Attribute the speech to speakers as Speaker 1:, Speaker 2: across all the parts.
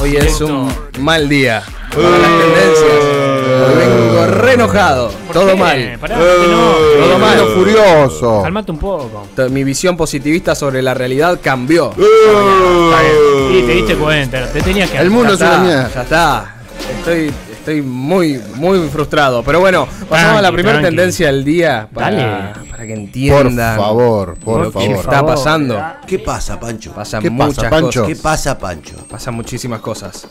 Speaker 1: Hoy es un mal día. Para las tendencias. Hoy vengo re enojado. Todo mal.
Speaker 2: Pará, que no.
Speaker 3: Eh,
Speaker 1: Todo mal. Oh.
Speaker 3: Hermano furioso.
Speaker 2: Calmate un poco.
Speaker 1: To- Mi visión positivista sobre la realidad cambió. Oh.
Speaker 2: Está bien. Y te diste cuenta, te tenías que
Speaker 3: El
Speaker 1: Ya
Speaker 3: mundo es una
Speaker 1: está,
Speaker 3: mierda.
Speaker 1: Ya está. Estoy, estoy muy, muy frustrado. Pero bueno, pasamos a la
Speaker 2: Tranqui,
Speaker 1: primera
Speaker 2: tranqui.
Speaker 1: tendencia del día para,
Speaker 2: Dale.
Speaker 1: para que
Speaker 3: Por
Speaker 1: entiendan
Speaker 3: favor, por
Speaker 1: lo que
Speaker 3: favor.
Speaker 1: está pasando.
Speaker 4: ¿Qué pasa, Pancho?
Speaker 1: Pasan
Speaker 3: ¿Qué pasa,
Speaker 1: muchas
Speaker 3: Pancho?
Speaker 1: cosas.
Speaker 4: ¿Qué pasa, Pancho?
Speaker 1: Pasan muchísimas cosas.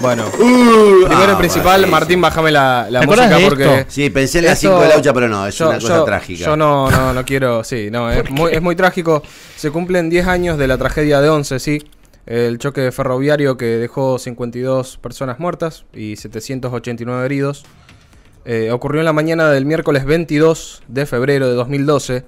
Speaker 1: Bueno, primero y
Speaker 4: ah,
Speaker 1: principal, Martín,
Speaker 4: Martín.
Speaker 1: bájame la, la
Speaker 2: ¿Te acordás
Speaker 1: música
Speaker 2: de
Speaker 1: porque.
Speaker 2: esto?
Speaker 4: Sí, pensé en las
Speaker 1: Esto-
Speaker 4: 5 de Laucha, pero no, es
Speaker 1: yo-
Speaker 4: una cosa
Speaker 1: yo-
Speaker 4: trágica.
Speaker 1: Yo no, no, no quiero, sí, no, es muy, es muy trágico. Se cumplen 10 años de la tragedia de 11, sí. El choque ferroviario que dejó 52 personas muertas y 789 heridos. Eh, ocurrió en la mañana del miércoles 22 de febrero de 2012,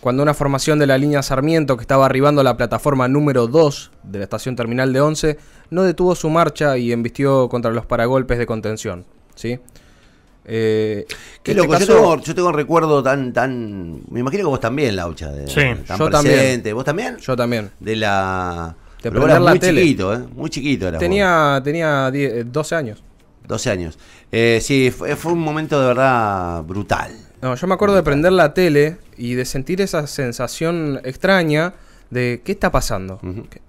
Speaker 1: cuando una formación de la línea Sarmiento que estaba arribando a la plataforma número 2 de la estación terminal de 11 no detuvo su marcha y embistió contra los paragolpes de contención. ¿sí? Eh,
Speaker 4: Qué
Speaker 1: este
Speaker 4: loco,
Speaker 1: caso-
Speaker 4: yo, tengo, yo tengo un recuerdo tan, tan. Me imagino que vos también, Laucha. De,
Speaker 2: Sí.
Speaker 4: tan
Speaker 1: Yo también.
Speaker 4: presente. ¿Vos también?
Speaker 1: yo también.
Speaker 4: De la.
Speaker 1: De
Speaker 4: pero
Speaker 1: prender
Speaker 4: eras
Speaker 1: la
Speaker 4: muy
Speaker 1: tele.
Speaker 4: chiquito, ¿eh? Muy chiquito era.
Speaker 1: Tenía, tenía 10, eh, 12 años.
Speaker 4: 12 años. Eh, sí, fue, fue un momento de verdad brutal.
Speaker 1: No, yo me acuerdo de prender la tele y de sentir esa sensación extraña de qué está pasando.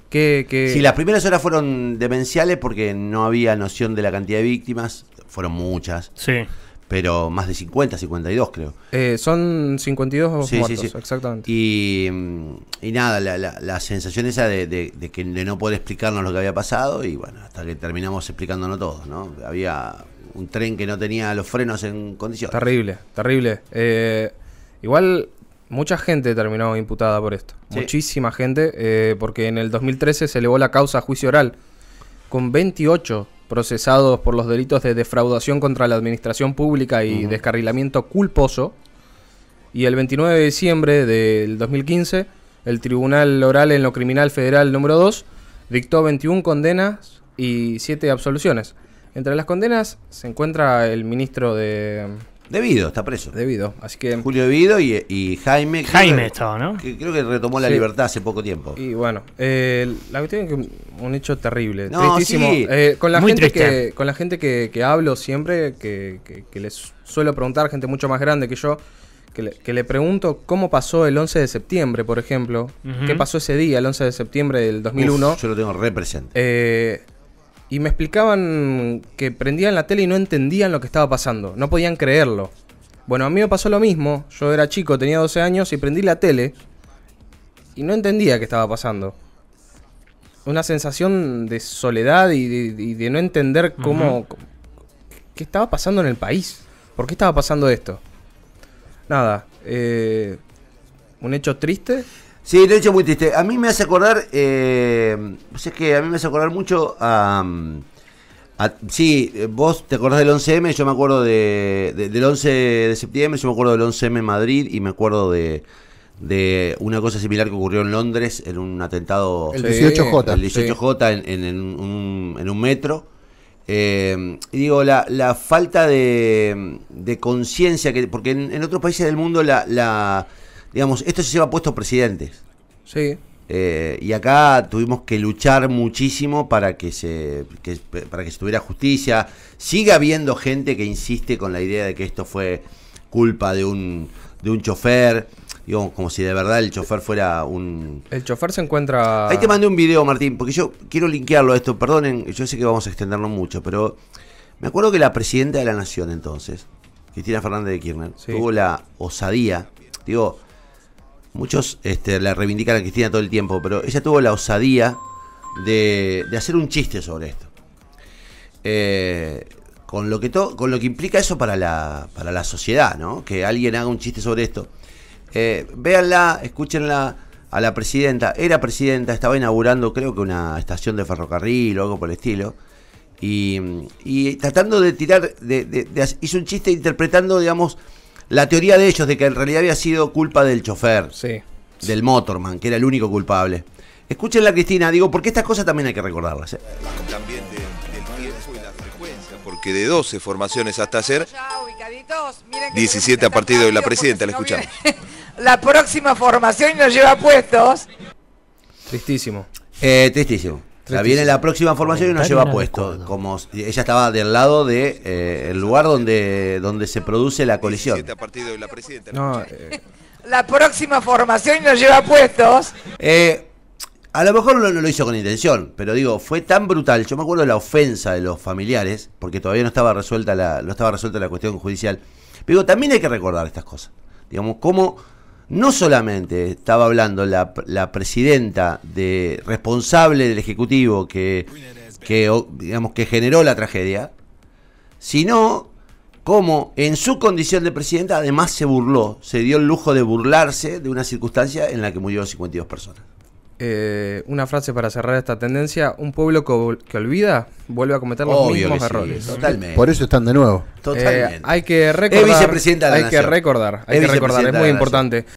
Speaker 1: ¿Qué- qué-
Speaker 4: Sí, las primeras horas fueron demenciales porque no había noción de la cantidad de víctimas. Fueron muchas,
Speaker 2: Sí.
Speaker 4: pero más de 50, 52 creo.
Speaker 1: eh, son 52
Speaker 4: Sí, sí,
Speaker 1: muertos,
Speaker 4: sí.
Speaker 1: exactamente.
Speaker 4: Y, mm, y nada, la, la- la sensación esa de, de- de que de no poder explicarnos lo que había pasado y bueno, hasta que terminamos explicándonos todos, ¿no? Había un tren que no tenía los frenos en condiciones.
Speaker 1: Terrible, terrible. Eh, igual mucha gente terminó imputada por esto.
Speaker 4: Sí.
Speaker 1: Muchísima gente, eh, porque en el 2013 se elevó la causa a juicio oral, con 28 procesados por los delitos de defraudación contra la administración pública y descarrilamiento culposo. Y el 29 de diciembre del 2015, el Tribunal Oral en lo Criminal Federal número 2 dictó 21 condenas y 7 absoluciones. Entre las condenas se encuentra el ministro de,
Speaker 4: Debido, está preso.
Speaker 1: debido. Así que.
Speaker 4: Julio Debido y, y Jaime. creo
Speaker 2: Jaime
Speaker 4: que-
Speaker 2: estaba, ¿no?
Speaker 4: que creo que retomó la
Speaker 1: Sí.
Speaker 4: libertad hace poco tiempo.
Speaker 1: Y bueno, eh, la cuestión es que un- un hecho terrible,
Speaker 4: No,
Speaker 1: tristísimo.
Speaker 4: sí.
Speaker 1: Eh, con, la
Speaker 2: Muy
Speaker 1: gente
Speaker 2: triste.
Speaker 1: que, con la gente que, que hablo siempre, que, que- que les suelo preguntar, gente mucho más grande que yo, que le, que le pregunto cómo pasó el 11 de septiembre, por ejemplo.
Speaker 2: Ujú.
Speaker 1: ¿Qué pasó ese día, el 11 de septiembre del 2001?
Speaker 4: Uf, yo lo tengo re presente.
Speaker 1: Eh, y me explicaban que prendían la tele y no entendían lo que estaba pasando. No podían creerlo. Bueno, a mí me pasó lo mismo. Yo era chico, tenía 12 años y prendí la tele y no entendía qué estaba pasando. Una sensación de soledad y de, y de no entender cómo... ¿Qué estaba pasando en el país? ¿Por qué estaba pasando esto? Nada. eh, un hecho triste.
Speaker 4: Sí, de hecho muy triste. A mí me hace acordar, eh, pues es que a mí me hace acordar mucho a, a- sí, eh, vos te acordás del 11M, yo me acuerdo de, de- del 11 de septiembre, yo me acuerdo del 11M en Madrid y me acuerdo de, de una cosa similar que ocurrió en Londres en un atentado
Speaker 3: El
Speaker 1: Sí.
Speaker 3: 18J.
Speaker 4: el 18J en, en- en un, en un metro. Eh, y digo, la, la falta de, de conciencia, que porque en, en otros países del mundo, la, la digamos, esto se lleva puesto presidentes.
Speaker 1: Sí.
Speaker 4: Eh, y acá tuvimos que luchar muchísimo para que se que- para que se tuviera justicia. Sigue habiendo gente que insiste con la idea de que esto fue culpa de un de un chofer, digo, como si de verdad el chofer fuera un
Speaker 1: El chofer se encuentra...
Speaker 4: Ahí te mandé un video, Martín, porque yo quiero linkearlo a esto, perdonen, yo sé que vamos a extenderlo mucho, pero me acuerdo que la presidenta de la Nación entonces, Cristina Fernández de Kirchner,
Speaker 1: Sí.
Speaker 4: tuvo la osadía, digo, muchos este, la reivindican a Cristina todo el tiempo, pero ella tuvo la osadía de, de hacer un chiste sobre esto. Eh, con, lo que to- con lo que implica eso para la, para la sociedad, ¿no? Que alguien haga un chiste sobre esto. Eh, véanla, escúchenla a la presidenta. Era presidenta, estaba inaugurando creo que una estación de ferrocarril o algo por el estilo. Y, y tratando de tirar, de- de- de hac- hizo un chiste interpretando, digamos, la teoría de ellos de que en realidad había sido culpa del chofer,
Speaker 1: Sí.
Speaker 4: del motorman, que era el único culpable. Escúchenla, Cristina, digo, porque estas cosas también hay que recordarlas. ¿eh?
Speaker 5: también de- del tiempo y la frecuencia, porque de 12 formaciones hasta ayer,
Speaker 6: Ya ubicaditos, miren que
Speaker 5: 17
Speaker 6: tenemos que
Speaker 5: a partir de hoy, la
Speaker 6: estar
Speaker 5: presidenta,
Speaker 6: rápido,
Speaker 5: la
Speaker 6: porque si no viene La próxima formación y nos lleva puestos.
Speaker 1: Tristísimo.
Speaker 4: Eh, tristísimo. La viene la próxima formación y nos lleva puesto. Como s- ella estaba del lado de eh, el lugar donde, donde se produce la colisión.
Speaker 5: 17 a partido de la presidenta.
Speaker 1: No, eh,
Speaker 6: La próxima formación nos lleva puestos.
Speaker 4: Eh, a lo mejor no, no lo hizo con intención, pero digo, fue tan brutal. Yo me acuerdo de la ofensa de los familiares, porque todavía no estaba resuelta la, no estaba resuelta la cuestión judicial. Pero digo, también hay que recordar estas cosas. Digamos, cómo no solamente estaba hablando la, la presidenta de responsable del Ejecutivo que, que, o- digamos, que generó la tragedia, sino como en su condición de presidenta además se burló, se dio el lujo de burlarse de una circunstancia en la que murieron 52 personas.
Speaker 1: eh, una frase para cerrar esta tendencia. Un pueblo que, ol- que olvida vuelve a cometer los
Speaker 4: Obvio
Speaker 1: mismos
Speaker 4: que sí,
Speaker 1: errores.
Speaker 4: totalmente.
Speaker 3: Por eso están de nuevo.
Speaker 1: Eh,
Speaker 4: totalmente.
Speaker 1: hay que recordar.
Speaker 4: vicepresidenta de la
Speaker 1: hay que
Speaker 4: nación.
Speaker 1: recordar. Hay
Speaker 4: Es
Speaker 1: que recordar.
Speaker 4: vicepresidenta
Speaker 1: Es muy
Speaker 4: de la nación.
Speaker 1: importante.